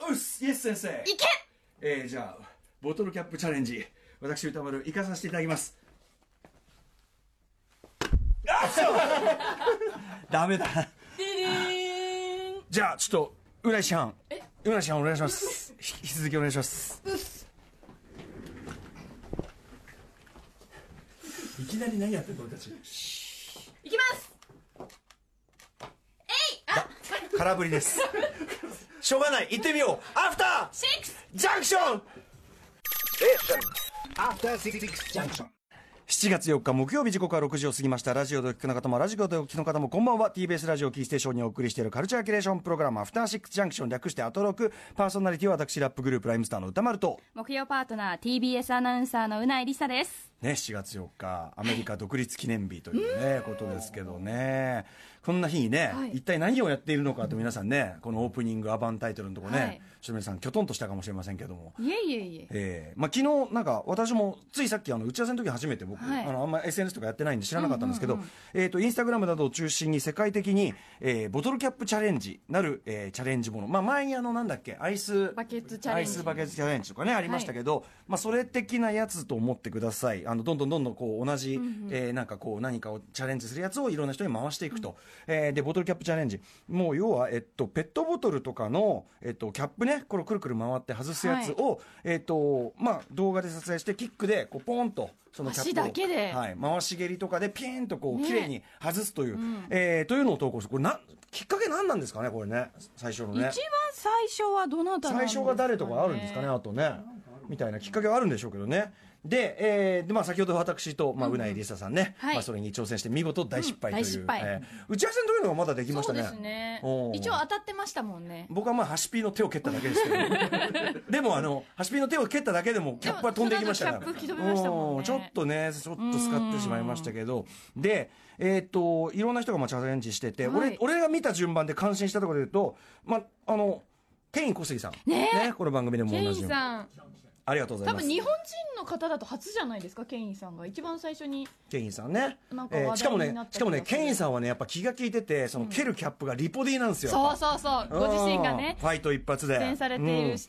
ースイエス先生いけえー、じゃあボトルキャップチャレンジ私歌丸行かさせていただきますあっそうダメだじゃあちょっと浦井師範浦井師範お願いしますひ引き続きお願いしますいきなり何やってんの俺たちいきますえいあ空振りですしょうがない行ってみようアフタシックスージャンクション After Six Six Junction. 7月4日木曜日時刻は6時を過ぎましたラジオでお聞きの方もラジコでお聞きの方もこんばんは TBS ラジオキーステーションにお送りしているカルチャーキュレーションプログラム「アフターシックスジャンクション」略して「アトロク」パーソナリティは私ラップグループライムスターの歌丸と、木曜パートナー TBS アナウンサーのうないりさですね、7月4日アメリカ独立記念日という、ね、ことですけどねこんな日にね、はい一体何をやっているのかと皆さんねこのオープニングアバンタイトルのとこね、はいちょっと皆さんきょとんとしたかもしれませんけどもいえいえいええーまあ、昨日なんか私もついさっきあの打ち合わせの時初めて僕、はいあのあんま SNS とかやってないんで知らなかったんですけど、えー、とインスタグラムなどを中心に世界的に、えーボトルキャップチャレンジなる、えーチャレンジもの、まあ、前にあのなんだっけアイスバケツチャレンジアイスバケツチャレンジとかねありましたけど、まあ、それ的なやつと思ってくださいあのどんどんどんどんこう同じ、えーなんかこう何かをチャレンジするやつをいろんな人に回していくと、えーでボトルキャップチャレンジもう要は、えっと、ペットボトルとかの、えっと、キャップねこれをくるくる回って外すやつを、えっとまあ、動画で撮影してキックでこうポンとそのキャップを足だけではい、回し蹴りとかでピーンとこうね綺麗に外すという、えーというのを投稿するこれなきっかけ何なんですかねこれね最初の一ね番最初はどなたなん最です初かねが誰とかあるんですかねあとねみたいなきっかけはあるんでしょうけどねで,、えーでまあ、先ほど私と、まあ、うなえりささんね、はいまあ、それに挑戦して見事大失敗という、うん大失敗えー打ち合わせの時のがまだできましそたうねですねおー一応当たってましたもんね僕はまあハシピーの手を蹴っただけですけど でもあのハシピーの手を蹴っただけでもキャップは飛んでいきましたからでもその後キャップ吹き飛びましたもんねうちょっとねちょっと使ってしまいましたけどでえっ、といろんな人がまあチャレンジしてて、はい俺俺が見た順番で感心したところで言うとまああのケイン小杉さんねえこの番組でもケ同イじンようにさんありがとうござい多ます分日本人の方だと初じゃないですかケインさんが一番最初にケインさんねなんかえーしか話題もになっねした気がするかもねケインさんはねやっぱ気が利いててその蹴るキャップがリポ D なんですよ、そうそうそうご自身がねうんファイト一発で出演されていうんるし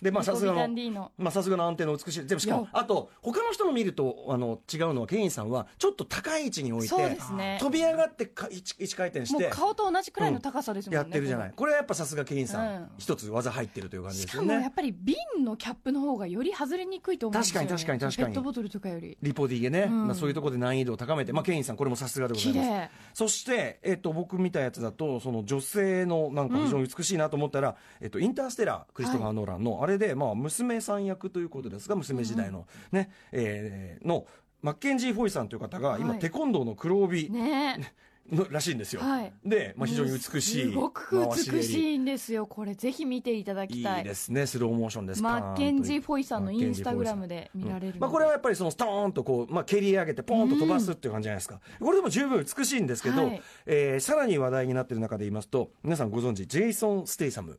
でまあさすがリコビタのン D のまあさすがの安定の美しいでもしかいもやあと他の人の見るとあの違うのはケインさんはちょっと高い位置に置いてそうですね飛び上がってか一一回転しもうて顔と同じくらいの高さですもんねやってるじゃないこれはやっぱさすがケインさうんん一つ技入ってるという感じしですかよもやねっぱり瓶のキャップの方がより外れにくいと思うんですよ、ね、確かに確かに確かにペットボトルとかよりリポ D でねうんまあそういうところで難易度を高めてまあケインさんこれもさすがでござ綺います麗そして、えっと、僕見たやつだと、その女性のなんか非常に美しいなと思ったら、えっと、インターステラー、クリストファー・ノーランの、あれで、まあ、娘さん役ということですが、娘時代の、ね、えーの、マッケンジー・フォイさんという方が、今、はいテコンドーの黒帯ねえのらしいんですよ。はいで、まあ、非常に美しい。すごく回し蹴美りしいんですよこれぜひ見ていただいきたいいですね、スローモーションです。マッケンジパーンー・とフォイさんのインスタグラムで見うんられるので、まあ、これはやっぱりそのストーンとこう、まあ、蹴り上げてポンと飛ばすっていう感じじゃないですか、これでも十分美しいんですけど、はいえーさらに話題になってる中で言いますと皆さんご存知ジェイソン・ステイサム、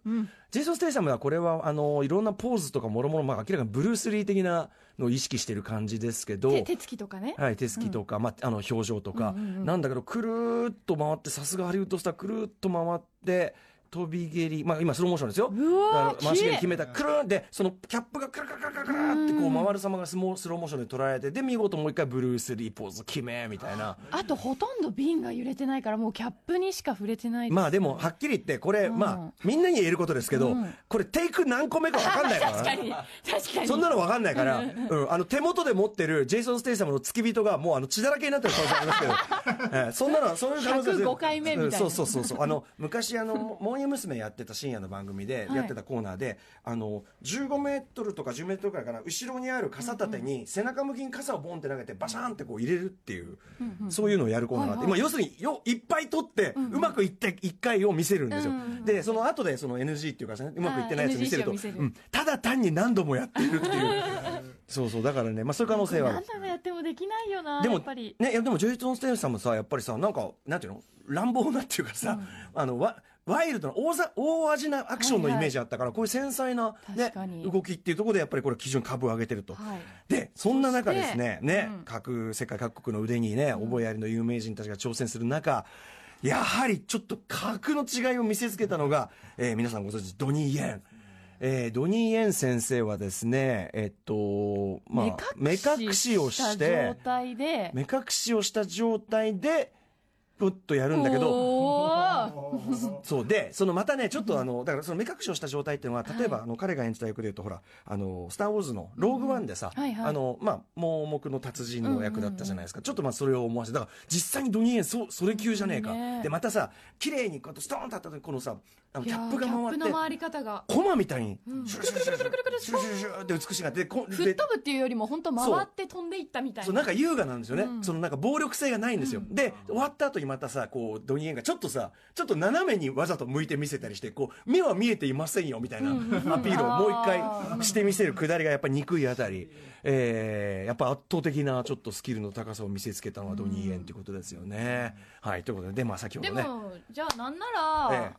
ジェイソン・ステイサムはこれはあのいろんなポーズとかもろもろまあ明らかにブルース・リー的なのを意識してる感じですけど手手つきとかね、はい、手つきとか、まあ、あの表情とか、なんだけどくるーっと回ってさすがハリウッドスターくるーっと回って飛び蹴り、まあ、今スローモーションですようわーあの回し蹴綺麗り決めたくるーんでそのキャップがくるくるくるくるくるーってこう回る様がスモスローモーションで捉えてで見事もう一回ブルース・リーポーズ決めみたいな。あとほとんど瓶が揺れてないからもうキャップにしか触れてないまあでもはっきり言ってこれ、うんまあみんなに言えることですけど、うんこれテイク何個目か分かんないから、ね、確かに確かにそんなの分かんないから、うん、あの手元で持ってるジェイソン・ステイサムの付き人がもうあの血だらけになってる可能性ありますけ ど、ええそんなのそういう可能性105回目みたいなうんそうそうそうそうあの昔あの「モーニング娘。」やってた深夜の番組ではいやってたコーナーで、あの15メートルとか10メートルくらいかな後ろにある傘立てに背中向きに傘をボンって投げてバシャーンってこう入れるっていう、そういうのをやるコーナーがあって、はいはいまあ、要するによいっぱい取って、うまくいって1回を見せるんですよ、うんうんうんでその後でその NG っていうかねうまくいってないやつ見せると、あー NG 集を見せるうんただ単に何度もやっているっていう。そうそうだからね、まあ、そういう可能性はあ何る度もやってもできないよなでもやっぱりねいやでもジェイソン・ステイさんもさやっぱりさなんかなんていうの乱暴なっていうかさ、あのわワイルドな大ざ大味なアクションのはいイはいメージあったから、こういう繊細な、ね確かに、動きっていうところでやっぱりこれ基準株を上げてると、はいでそんな中ですねそしてね、うん各世界各国の腕にね覚えありの有名人たちが挑戦する中やはりちょっと格の違いを見せつけたのが、えー皆さんご存知ドニー・イエンえードニー・エン先生はですね、えっと、まあ、目隠し目を隠しをししたて状、態で目隠しをした状態で、プッとやるんだけど、おーそうで、そのまたね、ちょっとあの、だからその目隠しをした状態っていうのは、例えば、あの彼が演じた役で言うと、ほら、あの、スター・ウォーズのローグワンでさ、うんはいはいあの、まあ、盲目の達人の役だったじゃないですか。ちょっとまあ、それを思わせて、だから実際にドニーエン、そ、それ級じゃねえか。ねで、またさ、綺麗にこうやってストーンとあった時、このさ、あの、いキやャーップがキャッ回プっのて、回り方がコマみたいに、うんシュルシュルシュルシュルシュルシュルシュルシュルって美しいがでこで吹っ飛ぶっていうよりも本当そう回って飛んでいったみたいそうななんか優雅なんですよね、うんそのなんか暴力性がないんですよ、で終わった後にまたさこうドニエンがちょっとさちょっと斜めにわざと向いて見せたりしてこう目は見えていませんよみたいなアピールをもう一回してみせるくだりがやっぱり憎いあたり、えーやっぱ圧倒的なちょっとスキルの高さを見せつけたのはドニーエンということですよね、はいということででまあ先ほでどねもじゃあなんなえら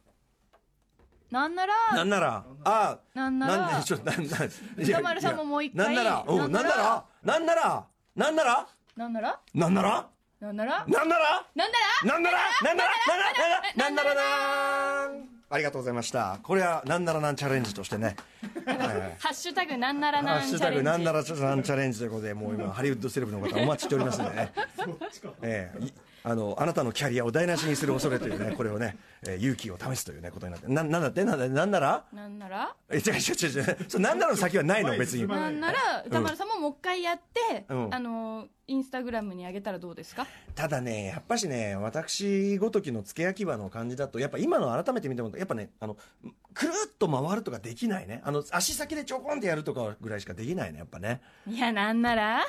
なんならえなんならああなんならんでちょっとなんなん歌丸さんももう一回いやいやなんならおうなんならなんならなんならなんならなんならなんならなんならなんならなんならなんならなんならなんならなんありがとうございましたこれはなんならなんチャレンジとしてねはいハッシュタグなんならハなッんシチュャタレグンジなんならちょっとなんチャレンジということでもう今ハリウッドセレブの方お待ちしておりますんでねええいあのあなたのキャリアを台無しにする恐れというねこれをね、えー勇気を試すというねことになってななんだってなんだなんならなんならえ違う違う違う違うそれなんならの先はないの別になんなら歌丸さんももう一回やって、うんあのインスタグラムに上げたらどうですか、ただね、やっぱしね、私ごときの付け焼き場の感じだと、やっぱ今の改めて見ても、やっぱね、あの、くるっと回るとかできないね。あの、足先でちょこんってやるとかぐらいしかできないね、やっぱね。 いやなんなら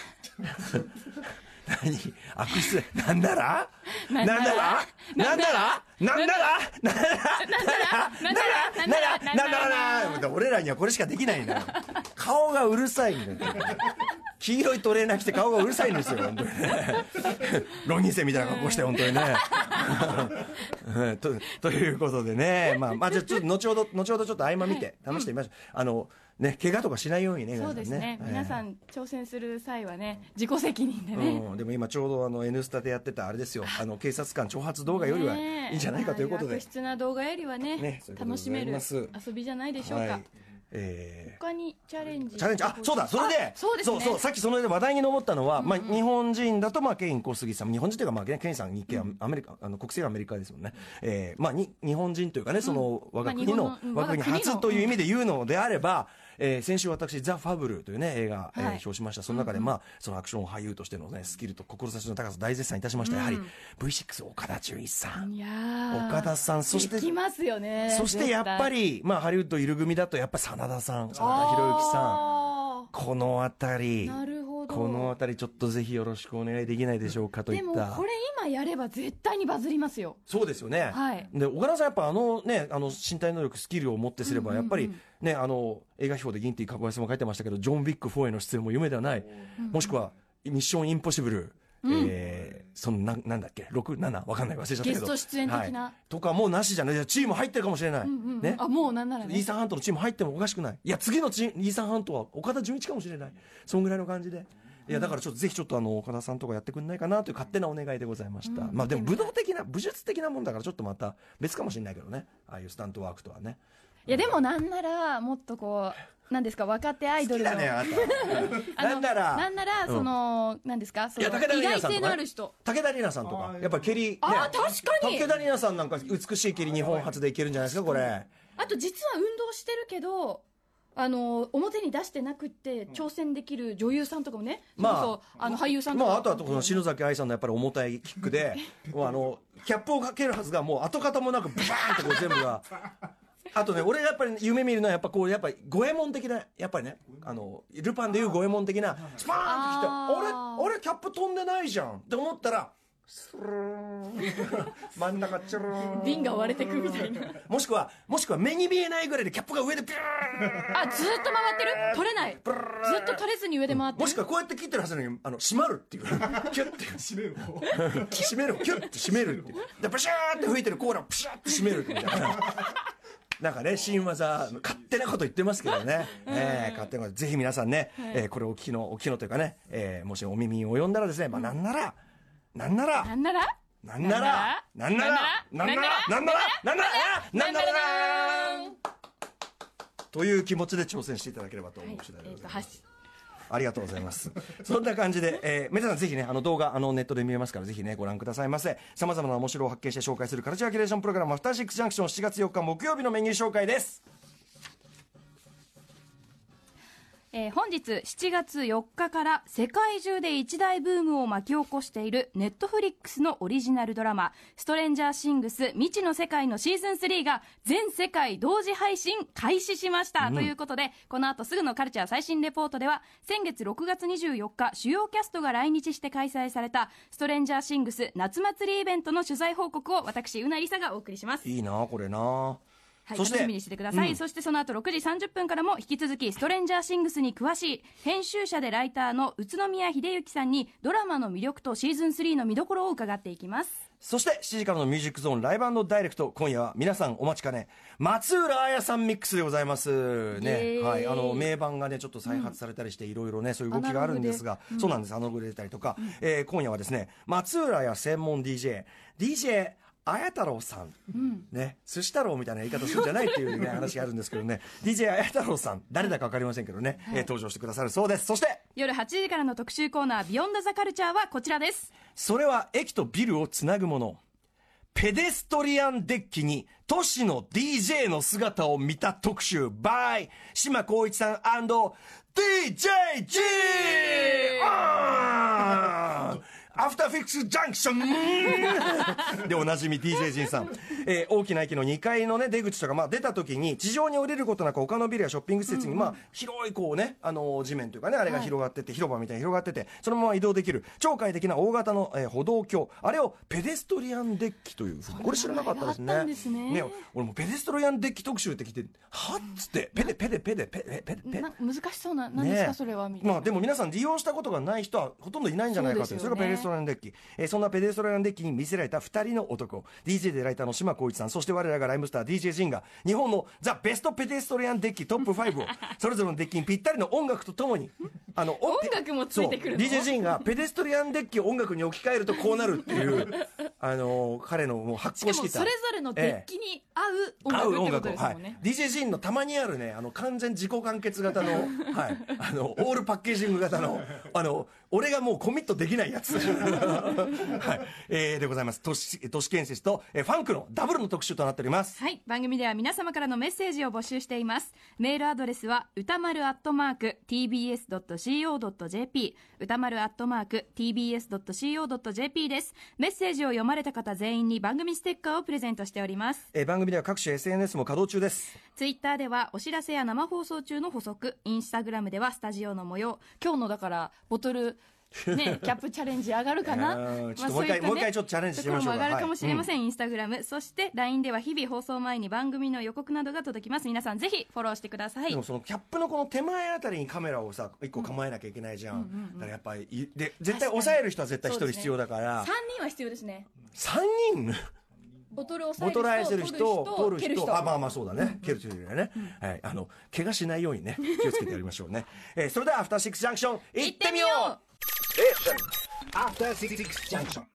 何悪質。なんならななんんななららなんならなんならなんならなんならなんならななんんななららなんなら俺らにはこれしかできないんだよ。顔がうるさいんだよ。黄色いトレーナー着て顔がうるさいんですよ、本当にね。浪人生みたいな格好して、本当にね。うんとということでね、まあ、まあ、じゃあちょっと後ほど、後ほどちょっと合間見て、試してみましょう。あの、ね、怪我とかしないようにね、そうですね皆んさん挑戦する際はね自己責任でね、うん、でも今ちょうどあの「N スタ」でやってたあれですよあの警察官挑発動画よりはねえいいんじゃないかということああで、悪質な動画よりはねねそういうこと楽でしごめざいるます遊びじゃないでしょうか、はいえ他にチャレンジーチャレンジあそうだそれであそうですねそうさっきそれで話題に上ったのは、まあ、日本人だと、まあ、ケイン小杉さん日本人というか、まあ、ケインさん日系アメリカ、あの国籍はアメリカですもんね、えーまあ、に日本人というかねその、我が国の,、まあ日本我のうんが国我が国の初という意味で言うのであれば、えー先週私「ザ・ファブル」というね映画、えーはい表しましたその中で、まあ、そのアクション俳優としての、ね、スキルと志の高さ大絶賛いたしました、やはり V6 岡田准一さん。いやー岡田さんそしてできますよねそしてやっぱり、まあ、ハリウッドいる組だと、やっぱ真田さん、真田広之さん、さこのあたり、なるほどこのあたり、ちょっとぜひよろしくお願いできないでしょうかといでっもたこ、れ今やれば絶対にバズりますよそうですよね、はいで岡田さん、やっぱあのね、あの身体能力、スキルを持ってすれば、やっぱりね、あの映画表で銀っていうか小林さんも書いてましたけど、ジョン・ウィック4への出演も夢ではない、もしくは、ミッション・インポッシブル。えーそのななんだっけ6、7、わかんない、忘れちゃったけど、ゲスト出演的なはいとかもうなしじゃない、いやチーム入ってるかもしれない、うんうんね、あもうなんならイーねサン半島のチーム入ってもおかしくない。いや、次のチームイーサン半島は岡田准一かもしれない。そんぐらいの感じで。いや、だからちょっとぜひちょっとあの、岡田さんとかやってくんないかなという勝手なお願いでございました。まあでも武道的な、武術的なもんだからちょっとまた別かもしれないけどね。ああいうスタントワークとはね。いやでもなんならもっとこうなんですか若手アイド好きルのだね、あなた。あなのんなら。なんならその、なんですかそのいや武田意玲外奈さんとかね性のある人武田里奈さんとか、やっぱ蹴り。あー確かに武田里奈さんなんか美しい蹴り日本初でいけるんじゃないですか、これ。あと実は運動してるけどあの表に出してなくって挑戦できる女優さんとかもね、まあそうそうあの俳優さんとまか、あ、あとはこの篠崎愛さんのやっぱり重たいキック で、もうあの、キャップをかけるはずが、もう跡形もなく、バーンってこう全部が。あとね、俺がやっぱり夢見るのは、やっぱこう、やっぱり、五右衛門的な、やっぱりね、あの、ルパンでいう五右衛門的な、スパーンってきて、ああーれ、あれ、キャップ飛んでないじゃんって思ったら、スルーン 真ん中、チュルーン瓶が割れてくみた いなもしくは、もしくは目に見えないぐらいでキャップが上でビューンあずっと回ってる取れないずっと取れずに上で回ってるもしくはこうやって切ってるはずなのに、あの、閉まるっていう。キュッて。締めを閉めるキュッて閉めるってでプシャーって吹いてるコーラをプシャーって閉めるみたいななんかね新技勝手なこと言ってますけどね、えー勝手なことぜひ皆さんね、えーこれをお聞きのお聞きのというかね、えーもしお耳に及んだらですね、まあ、なんならなんならなんならなんならなんならなんならなんならなんならなんならなんならなんならという気持ちで挑戦していただければと思う次第でえごっざいと、ます。はしありがとうございます。そんな感じで、えー、皆さんぜひね、あの動画、あのネットで見えますから、ぜひね、ご覧くださいませ。様々な面白を発見して紹介するカルチャーキュレーションプログラム、アフターシックスジャンクション7月4日木曜日のメニュー紹介です。えー本日7月4日から世界中で一大ブームを巻き起こしているネットフリックスのオリジナルドラマ「ストレンジャーシングス未知の世界」のシーズン3が全世界同時配信開始しました、ということでこの後すぐのカルチャー最新レポートでは先月6月24日主要キャストが来日して開催された「ストレンジャーシングス夏祭りイベント」の取材報告を私うなりさがお送りしますいいなあこれなあはい、楽しみにしてください、うんそしてその後6時30分からも引き続きストレンジャーシングスに詳しい編集者でライターの宇都宮秀幸さんにドラマの魅力とシーズン3の見どころを伺っていきますそして7時からのミュージックゾーンライブダイレクト今夜は皆さんお待ちかね松浦彩さんミックスでございますイエーねイはいあの名盤がねちょっと再発されたりしていろいろねそういう動きがあるんですがそうなんですアナログで出たりとかえー今夜はですね松浦彩専門 DJ DJ 綾太郎さん、ね寿司太郎みたいな言い方するんじゃないっていう、ね、話があるんですけどね DJ 綾太郎さん誰だか分かりませんけどね、えー登場してくださるそうですそして夜8時からの特集コーナー「ビヨンドザカルチャーはこちらですそれは駅とビルをつなぐもの。ペデストリアンデッキに都市の DJ の姿を見た特集 by 島光一さん &DJG! アフターフィックスジャンクションでおなじみ DJ ジンさん、えー大きな駅の2階の、ね、出口とか、まあ、出た時に地上に降りることなく他のビルやショッピング施設に、まあ、広いこう、ね、あの地面というかねあれが広がってて、広場みたいに広がっててそのまま移動できる超快適な大型の、えー歩道橋あれをペデストリアンデッキというふうにこれ知らなかったですあれがねあったんですね俺もペデストリアンデッキ特集って聞いてはっつってペデペデペデペデペデペデな難しそうな何ねですえか、それはみたいな、まあ、でも皆さん利用したことがない人はほとんどいないんじゃないかというそそうですれがよねペデストランデッキ、えーそんなペデストランデッキに見せられた2人の男 DJ でライターの島浩一さんそして我らがライムスター DJ ジンが日本のザ・ベストペデストリアンデッキトップ5を それぞれのデッキにぴったりの音楽とともにあの音音楽もついてくるの DJ ジンがペデストリアンデッキを音楽に置き換えるとこうなるっていう あのー彼のもう発しか酵しもきたそれぞれのデッキに合う音合う楽っ音楽を、てことですはもいんね、、 DJ ジンのたまにあるねあの完全自己完結型 の,、はい、あのオールパッケージング型のあの俺がもうコミットできないやつ、 はいえーでございます都市都市建設と、えーファンクのダブルの特集となっておりますはい番組では皆様からのメッセージを募集していますメールアドレスは歌丸アットマーク tbs.co.jp 歌丸アットマーク tbs.co.jp ですメッセージを読まれた方全員に番組ステッカーをプレゼントしておりますえー番組では各種 SNS も稼働中ですツイッターではお知らせや生放送中の補足インスタグラムではスタジオの模様今日のだからボトル ね、キャップチャレンジ上がるかな、いやーちょっとまあもう一回そいたねもう一回ちょっとチャレンジしてみましょうかところも上がるかもしれません、インスタグラムそして LINE では日々放送前に番組の予告などが届きます皆さんぜひフォローしてくださいでもそのキャップのこの手前あたりにカメラをさ一個構えなきゃいけないじゃん,、だからやっぱりいで絶対抑える人は絶対一そ人うですね必要だから、 3人は必要ですね三人ボトルをボトライす押るさえ人る人、取る蹴る人、人あ、まあまあそうだね。蹴るというよりはね、はい、あの、怪我しないようにね、気をつけてやりましょうね。えーそれでは、アフターシックスジャンクション、行ってみよう After Six Junction.